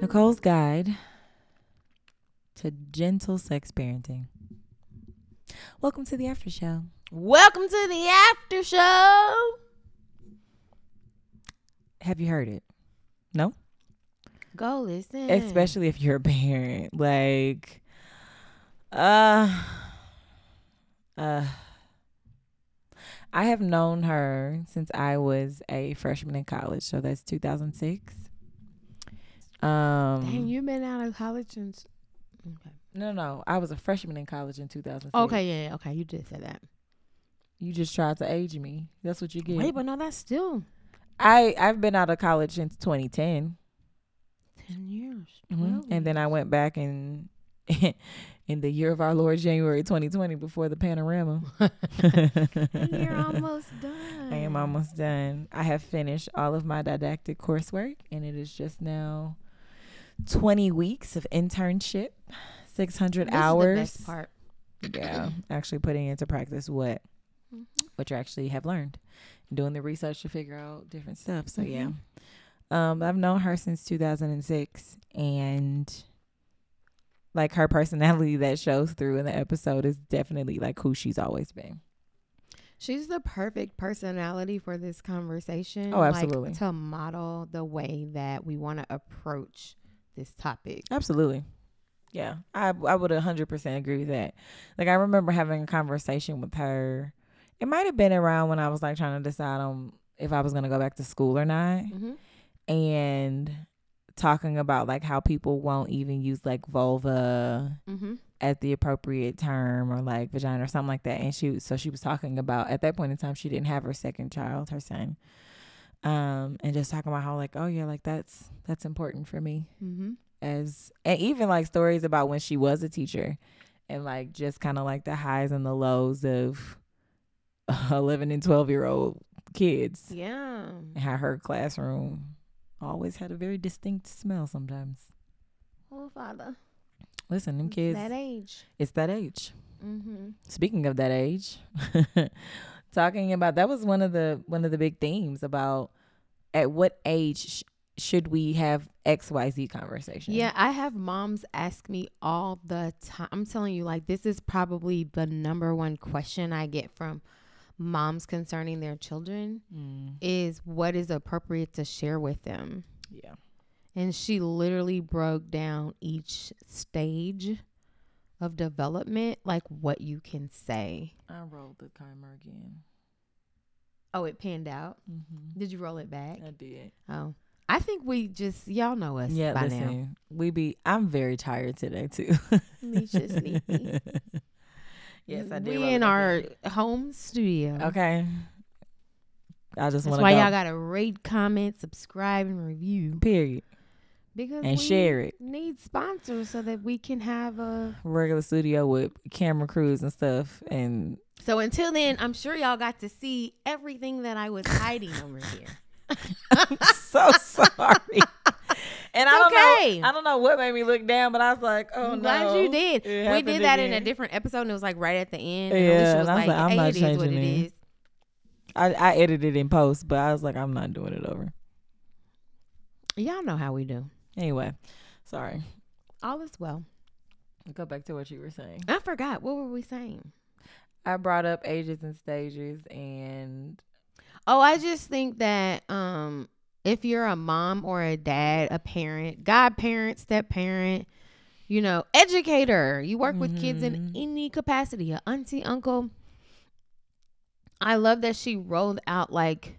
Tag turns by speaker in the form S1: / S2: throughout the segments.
S1: Nicole's guide to gentle sex parenting. Welcome to the after show.
S2: Welcome to the after show.
S1: Have you heard it? No?
S2: Go listen.
S1: Especially if you're a parent. Like uh uh I have known her since I was a freshman in college, so that's 2006. Um
S2: Dang, you've been out of college since. Okay.
S1: No, no, I was a freshman in college in 2006.
S2: Okay, yeah, yeah, okay, you did say that.
S1: You just tried to age me. That's what you get.
S2: Wait, but no, that's still
S1: I I've been out of college since 2010.
S2: 10 years.
S1: Mhm.
S2: 12
S1: And then I
S2: years.
S1: went back in in the year of our Lord January 2020 before the panorama.
S2: And you're almost done.
S1: I am almost done. I have finished all of my didactic coursework and it is just now 20 weeks of internship, 600
S2: This
S1: hours.
S2: Is the best part.
S1: Yeah, Mm-hmm. actually putting into practice what
S2: Mhm.
S1: what you actually have learned and doing the research to figure out different stuff. So yeah.
S2: Mhm.
S1: Um I've known her since 2006 and like her personality that shows through in the episode is definitely like who she's always been.
S2: She's the perfect personality for this conversation.
S1: Oh, absolutely.
S2: Like, to model the way that we want to approach this topic.
S1: Absolutely. Yeah. I I would 100% agree with that. Like I remember having a conversation with her. It might have been around when I was like trying to decide on if I was going to go back to school or not.
S2: Mm-hmm.
S1: and talking about like how people won't even use like vulva
S2: Mm-hmm.
S1: as the appropriate term or like vagina or something like that and she so she was talking about at that point in time she didn't have her second child her son um and just talking about how like oh yeah like that's that's important for me
S2: Mm-hmm.
S1: as and even like stories about when she was a teacher and like just kind of like the highs and the lows of 11 and 12 year old kids
S2: Yeah.
S1: and how her classroom always had a very distinct smell sometimes.
S2: Oh, father.
S1: Listen, them
S2: It's
S1: kids,
S2: That age.
S1: it's that age.
S2: Mm-hmm.
S1: Speaking of that age, talking about that was one of the one of the big themes about at what age sh- should we have X Y Z conversation?
S2: Yeah, I have moms ask me all the time. I'm telling you, like, this is probably the number one question I get from moms concerning their children
S1: Mm,
S2: is what is appropriate to share with them.
S1: yeah.
S2: And she literally broke down each stage of development, like what you can say.
S1: I rolled the timer again.
S2: Oh, it panned out.
S1: Mm-hmm.
S2: Did you roll it back?
S1: I did.
S2: Oh, I think we just, y'all know us
S1: yeah,
S2: by now.
S1: listen, we be. I'm very tired today too.
S2: Me just sleepy.
S1: yes, I did. roll
S2: We
S1: it
S2: in
S1: back
S2: our home studio.
S1: Okay. I just want
S2: That's
S1: to
S2: why
S1: go.
S2: y'all gotta rate, comment, subscribe, and review
S1: period
S2: because
S1: and
S2: we
S1: share it.
S2: need sponsors so that we can have a.
S1: Regular studio with camera crews and stuff, and
S2: So until then, I'm sure y'all got to see everything that I was hiding over here.
S1: I'm so sorry. And I don't
S2: okay.
S1: know. I don't know what made me look down, but I was like, "Oh
S2: I'm
S1: no!"
S2: glad you did.
S1: It
S2: we
S1: happened
S2: did that in a
S1: again.
S2: different episode, and it was like right at the end. and
S1: Yeah,
S2: Alicia was
S1: and I was
S2: like,
S1: like, I'm
S2: "Hey,
S1: not
S2: it is what
S1: changing
S2: it
S1: it."
S2: is."
S1: I, I edited in post, but I was like, "I'm not doing it over."
S2: Y'all know how we do.
S1: Anyway, sorry.
S2: All is well.
S1: Go back to what you were saying.
S2: I forgot what were we saying.
S1: I brought up ages and stages, and
S2: Oh, I just think that um if you're a mom or a dad, a parent, godparent, step parent, you know, educator, you work with kids in
S1: Mhm.
S2: any capacity, a auntie, uncle. I love that she rolled out like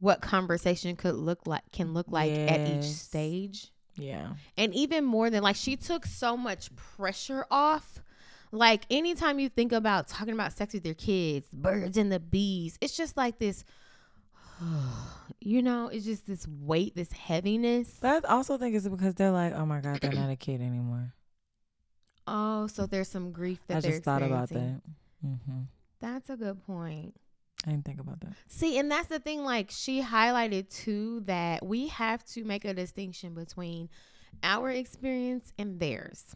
S2: what conversation could look like can look like at each
S1: Yes.
S2: stage.
S1: yeah,
S2: And even more than like she took so much pressure off. Like anytime you think about talking about sex with your kids, birds and the bees, it's just like this you know, it's just this weight, this heaviness.
S1: but I also think it's because they're like, "Oh my god, they're not a kid anymore."
S2: Oh, so there's some grief that
S1: I
S2: they're
S1: just thought about
S2: experiencing.
S1: that. hmm
S2: That's a good point.
S1: I didn't think about that.
S2: See, and that's the thing, like she highlighted too, that we have to make a distinction between our experience and theirs.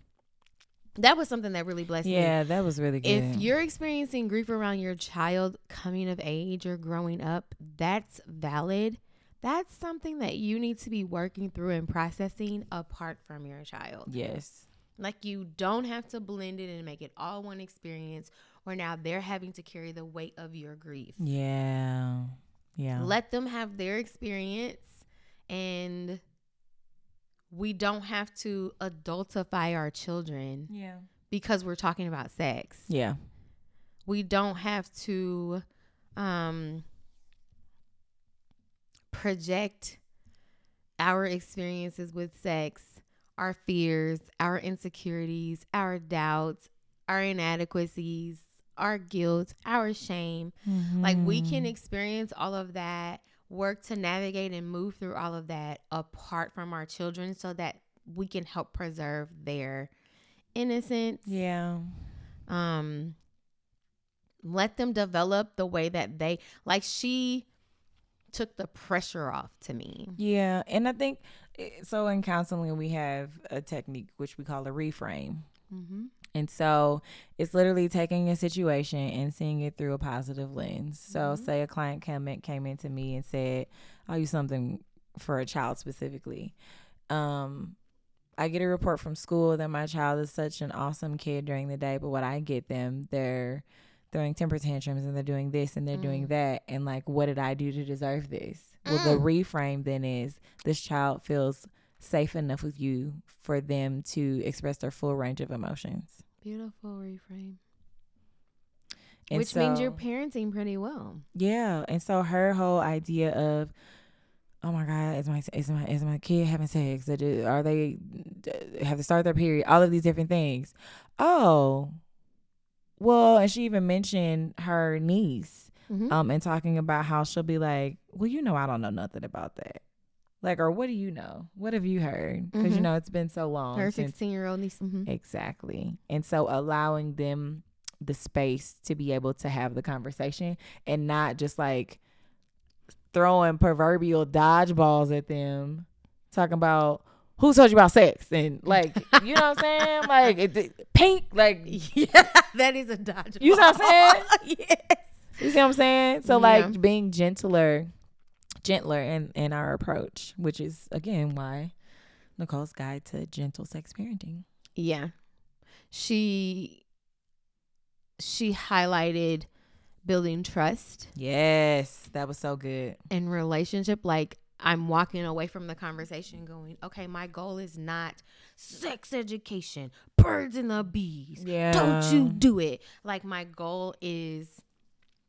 S2: That was something that really blessed me.
S1: Yeah, that was really good.
S2: If you're experiencing grief around your child coming of age or growing up, that's valid. that's something that you need to be working through and processing apart from your child.
S1: Yes.
S2: Like you don't have to blend it and make it all one experience where now they're having to carry the weight of your grief.
S1: Yeah. Yeah.
S2: Let them have their experience and we don't have to adultify our children
S1: yeah.
S2: because we're talking about sex.
S1: Yeah.
S2: We don't have to um project our experiences with sex, our fears, our insecurities, our doubts, our inadequacies, our guilt, our shame like we
S1: Mm-hmm. Mm.
S2: can experience all of that, work to navigate and move through all of that apart from our children so that we can help preserve their innocence.
S1: Yeah.
S2: Um let them develop the way that they like she took the pressure off to me.
S1: Yeah. And I think eh, so in counseling, we have a technique which we call a reframe.
S2: Mm-hmm.
S1: And so it's literally taking a situation and seeing it through a positive lens. So say a client came in, came into me and said, I'll use something for a child specifically. Um, I get a report from school that my child is such an awesome kid during the day, but what I get them, they're throwing temper tantrums and they're doing this and they're doing that. And like, what did I do to deserve this? Well, the reframe then is this child feels safe enough with you for them to express their full range of emotions.
S2: Beautiful reframe.
S1: And
S2: Which means you're
S1: so-
S2: parenting pretty well.
S1: yeah. And so her whole idea of, oh my God, is my is my is my kid having sex? Or do- Are they have to start their period? All of these different things. Oh, well, and she even mentioned her niece,
S2: Mhm.
S1: um, and talking about how she'll be like, well, you know, I don't know nothing about that. Like, or what do you know? What have you heard? Because you
S2: Mhm.
S1: know it's been so long
S2: Her
S1: since
S2: 16 year old niece. mhm.
S1: Exactly. And so allowing them the space to be able to have the conversation and not just like throwing proverbial dodgeballs at them, talking about who told you about sex and like, you know what I'm saying? Like, it, it- pink, like,
S2: Yeah, that is a dodge.
S1: You see what I'm
S2: yes.
S1: you see what I'm saying? So,
S2: Yeah.
S1: like, being gentler, gentler in, in our approach, which is, again, why Nicole's Guide to Gentle Sex Parenting.
S2: Yeah. She she highlighted building trust
S1: Yes, that was so good.
S2: and relationship like I'm walking away from the conversation going, "Okay, my goal is not sex education, birds and the bees.
S1: Yeah.
S2: Don't you do it." Like my goal is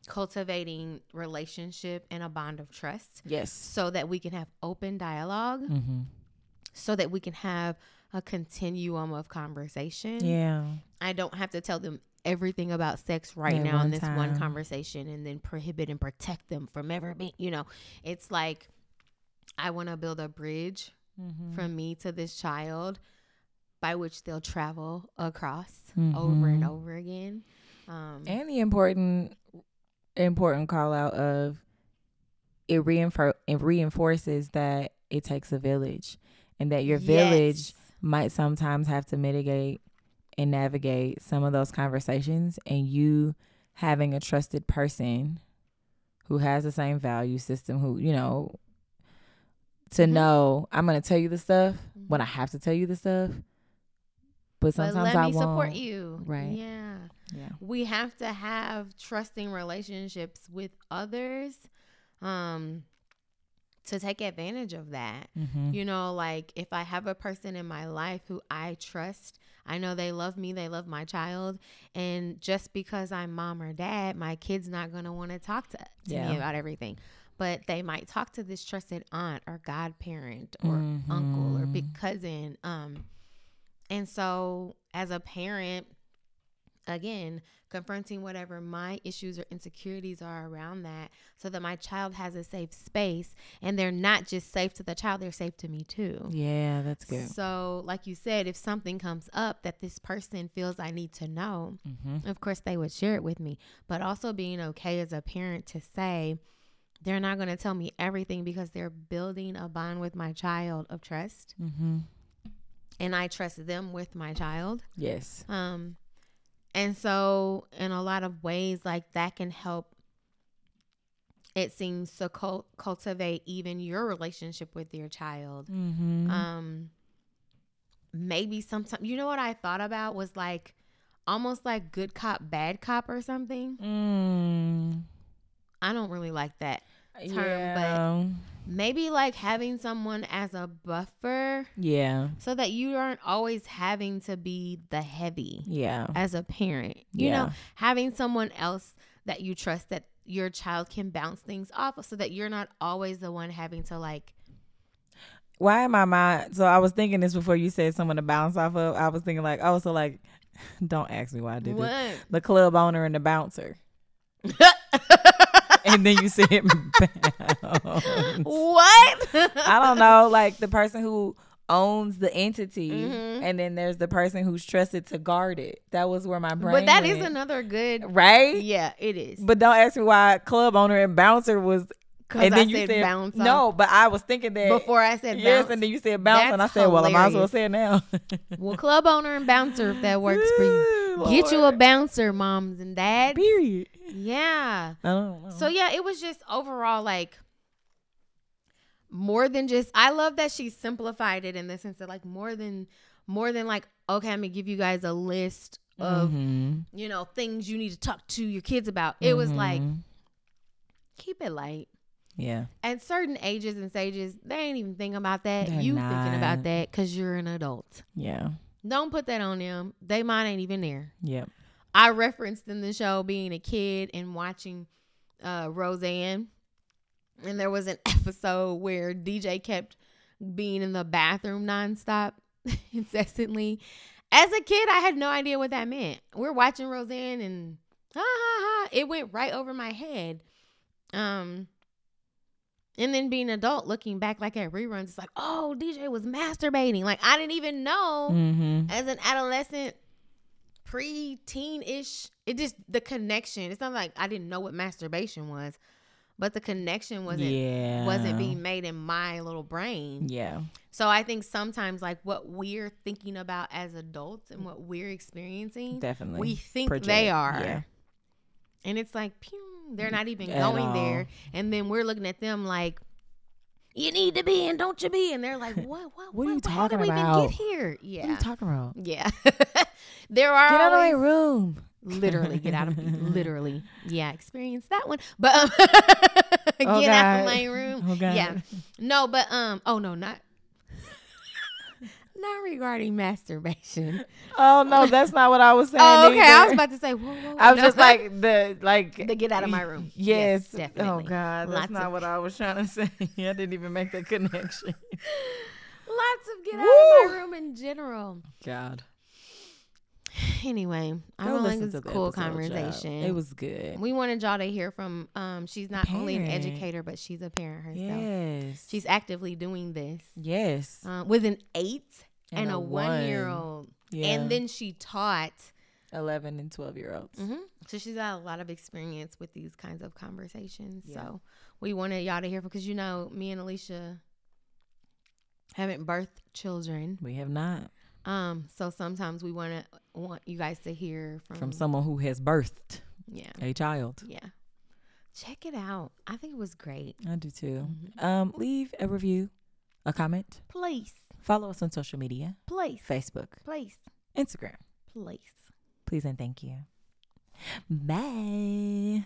S2: cultivating relationship and a bond of trust
S1: Yes.
S2: so that we can have open dialogue,
S1: Mm-hmm.
S2: so that we can have a continuum of conversation.
S1: Yeah.
S2: I don't have to tell them everything about sex right
S1: At
S2: now
S1: one
S2: in this one
S1: time.
S2: conversation and then prohibit and protect them from ever being, you know, it's like I want to build a bridge
S1: Mm-hmm.
S2: from me to this child by which they'll travel across over and
S1: Mhm.
S2: over again. Um,
S1: And the important important call out of it reinfor- it reinforces that it takes a village and that your village
S2: yes.
S1: might sometimes have to mitigate and navigate some of those conversations and you having a trusted person who has the same value system who you know to
S2: Mhm.
S1: know I'm going to tell you the stuff when I have to tell you the stuff but
S2: Mm-hmm. But
S1: sometimes
S2: let
S1: I
S2: me
S1: won't
S2: support you.
S1: Right.
S2: Yeah.
S1: yeah
S2: we have to have trusting relationships with others um to take advantage of that
S1: mm-hmm.
S2: you know like if i have a person in my life who i trust i know they love me they love my child and just because i'm mom or dad my kid's not going to want to talk to, to
S1: Yeah.
S2: me about everything but they might talk to this trusted aunt or godparent or
S1: Mm-hmm.
S2: uncle or
S1: Mm.
S2: big cousin um and so as a parent again confronting whatever my issues or insecurities are around that so that my child has a safe space and they're not just safe to the child they're safe to me too
S1: Mm-hmm. yeah that's good
S2: so like you said if something comes up that this person feels i need to know
S1: mm-hmm.
S2: of course they would share it with me but also being okay as a parent to say they're not going to tell me everything because they're building a bond with my child of trust
S1: Mm-hmm.
S2: and i trust them with my child
S1: Yes.
S2: Um, and so in a lot of ways, like that can help it seems to cul- cultivate even your relationship with your child.
S1: Mm-hmm.
S2: Um, maybe sometimes you know what I thought about was like almost like good cop, bad cop or something.
S1: mm.
S2: I don't really like that. term, but-
S1: yeah.
S2: Maybe like having someone as a buffer
S1: yeah.
S2: so that you aren't always having to be the heavy
S1: Yeah.
S2: as a parent. You know,
S1: Yeah.
S2: having someone else that you trust that your child can bounce things off of so that you're not always the one having to like
S1: Why am I mind? So I was thinking this before you said someone to bounce off of. I was thinking like, oh, so like, don't ask me why I did this.
S2: what?
S1: The club owner and the bouncer, and then you said bounce.
S2: what?
S1: I don't know, like the person who owns the entity,
S2: Mhm.
S1: and then there's the person who's trusted to guard it. That was where my brain.
S2: But that is
S1: went.
S2: another good
S1: right.
S2: Yeah, it is.
S1: But don't ask me why club owner and bouncer was.
S2: 'Cause
S1: And
S2: I
S1: then you
S2: said,
S1: said
S2: bounce off
S1: no, but I was thinking that
S2: before I said
S1: yes,
S2: bounce.
S1: and then you said bounce, and I
S2: That's
S1: said, well, I might as well
S2: hilarious.
S1: say it now.
S2: well, club owner and bouncer if that works for you. Get you a
S1: Lord.
S2: bouncer, moms and dads.
S1: period.
S2: Yeah.
S1: I don't know.
S2: So yeah, it was just overall like more than just I love that she simplified it in the sense that like more than more than like, okay, I'm gonna give you guys a list of,
S1: Mhm.
S2: you know, things you need to talk to your kids about. It was like,
S1: Mhm.
S2: keep it light.
S1: yeah,
S2: At certain ages and stages, they ain't even thinking about that.
S1: They're
S2: you
S1: not.
S2: thinking about that because you're an adult.
S1: yeah,
S2: Don't put that on them. They mind ain't even there.
S1: yep.
S2: I referenced in the show being a kid and watching uh, Roseanne, and there was an episode where DJ kept being in the bathroom nonstop, incessantly. As a kid, I had no idea what that meant. We're watching Roseanne, and ha ha ha, it went right over my head. Um, and then being adult, looking back like at reruns, it's like, oh, DJ was masturbating. Like I didn't even know
S1: Mm-hmm.
S2: as an adolescent, pre-teen ish, it just the connection. It's not like I didn't know what masturbation was, but the connection wasn't
S1: yeah,
S2: wasn't being made in my little brain.
S1: yeah,
S2: So I think sometimes like what we're thinking about as adults and what we're experiencing,
S1: definitely.
S2: we think they
S1: project,
S2: are.
S1: yeah.
S2: And it's like, pew, they're not even
S1: At
S2: going
S1: all.
S2: there. And then we're looking at them like, you need to be and don't you be? And they're like, what? What,
S1: What are you
S2: how
S1: talking
S2: did we
S1: about?
S2: Even get here? Yeah.
S1: What are you talking about?
S2: Yeah. there are
S1: Get out of my
S2: always-
S1: room.
S2: literally get out of literally. Yeah, experience that one. But um, get
S1: Oh,
S2: out of
S1: God.
S2: my room.
S1: Oh God.
S2: Yeah. No, but um oh no, not not regarding masturbation.
S1: Oh no, that's not what I was saying.
S2: Oh, okay. I
S1: either.
S2: was about to say, whoa, whoa, whoa.
S1: I was
S2: No.
S1: just like the like
S2: The get out of my room.
S1: Yes.
S2: Yes,
S1: oh
S2: definitely.
S1: God, that's
S2: Lots
S1: not
S2: of-
S1: what I was trying to say. I didn't even make that connection.
S2: lots of get out of
S1: Woo.
S2: my room in general.
S1: God,
S2: Anyway, I
S1: Go
S2: don't think
S1: listen
S2: it's a
S1: to the
S2: cool
S1: episode, child.
S2: conversation.
S1: It was good.
S2: we wanted y'all to hear from um she's not only an
S1: parent.
S2: educator, but she's a parent herself.
S1: Yes.
S2: She's actively doing this
S1: yes.
S2: um, with an eight and, a, one year
S1: one.
S2: old.
S1: Yeah.
S2: And then Mm-hmm. she taught.
S1: 11 and 12 year olds.
S2: So she's got a lot of experience with these kinds of conversations.
S1: Yeah.
S2: So we wanted y'all to hear from, because you know, me and Alicia haven't birthed children.
S1: We have not
S2: Um, so sometimes we want to want you guys to hear from,
S1: from someone who has birthed
S2: Yeah.
S1: a child.
S2: Yeah. Check it out. I think it was great.
S1: I do too.
S2: Mm-hmm.
S1: Um, leave a review, a comment.
S2: Place,
S1: Follow us on social media
S2: place,
S1: Facebook,
S2: place,
S1: Instagram.
S2: place.
S1: Please and thank you. Bye.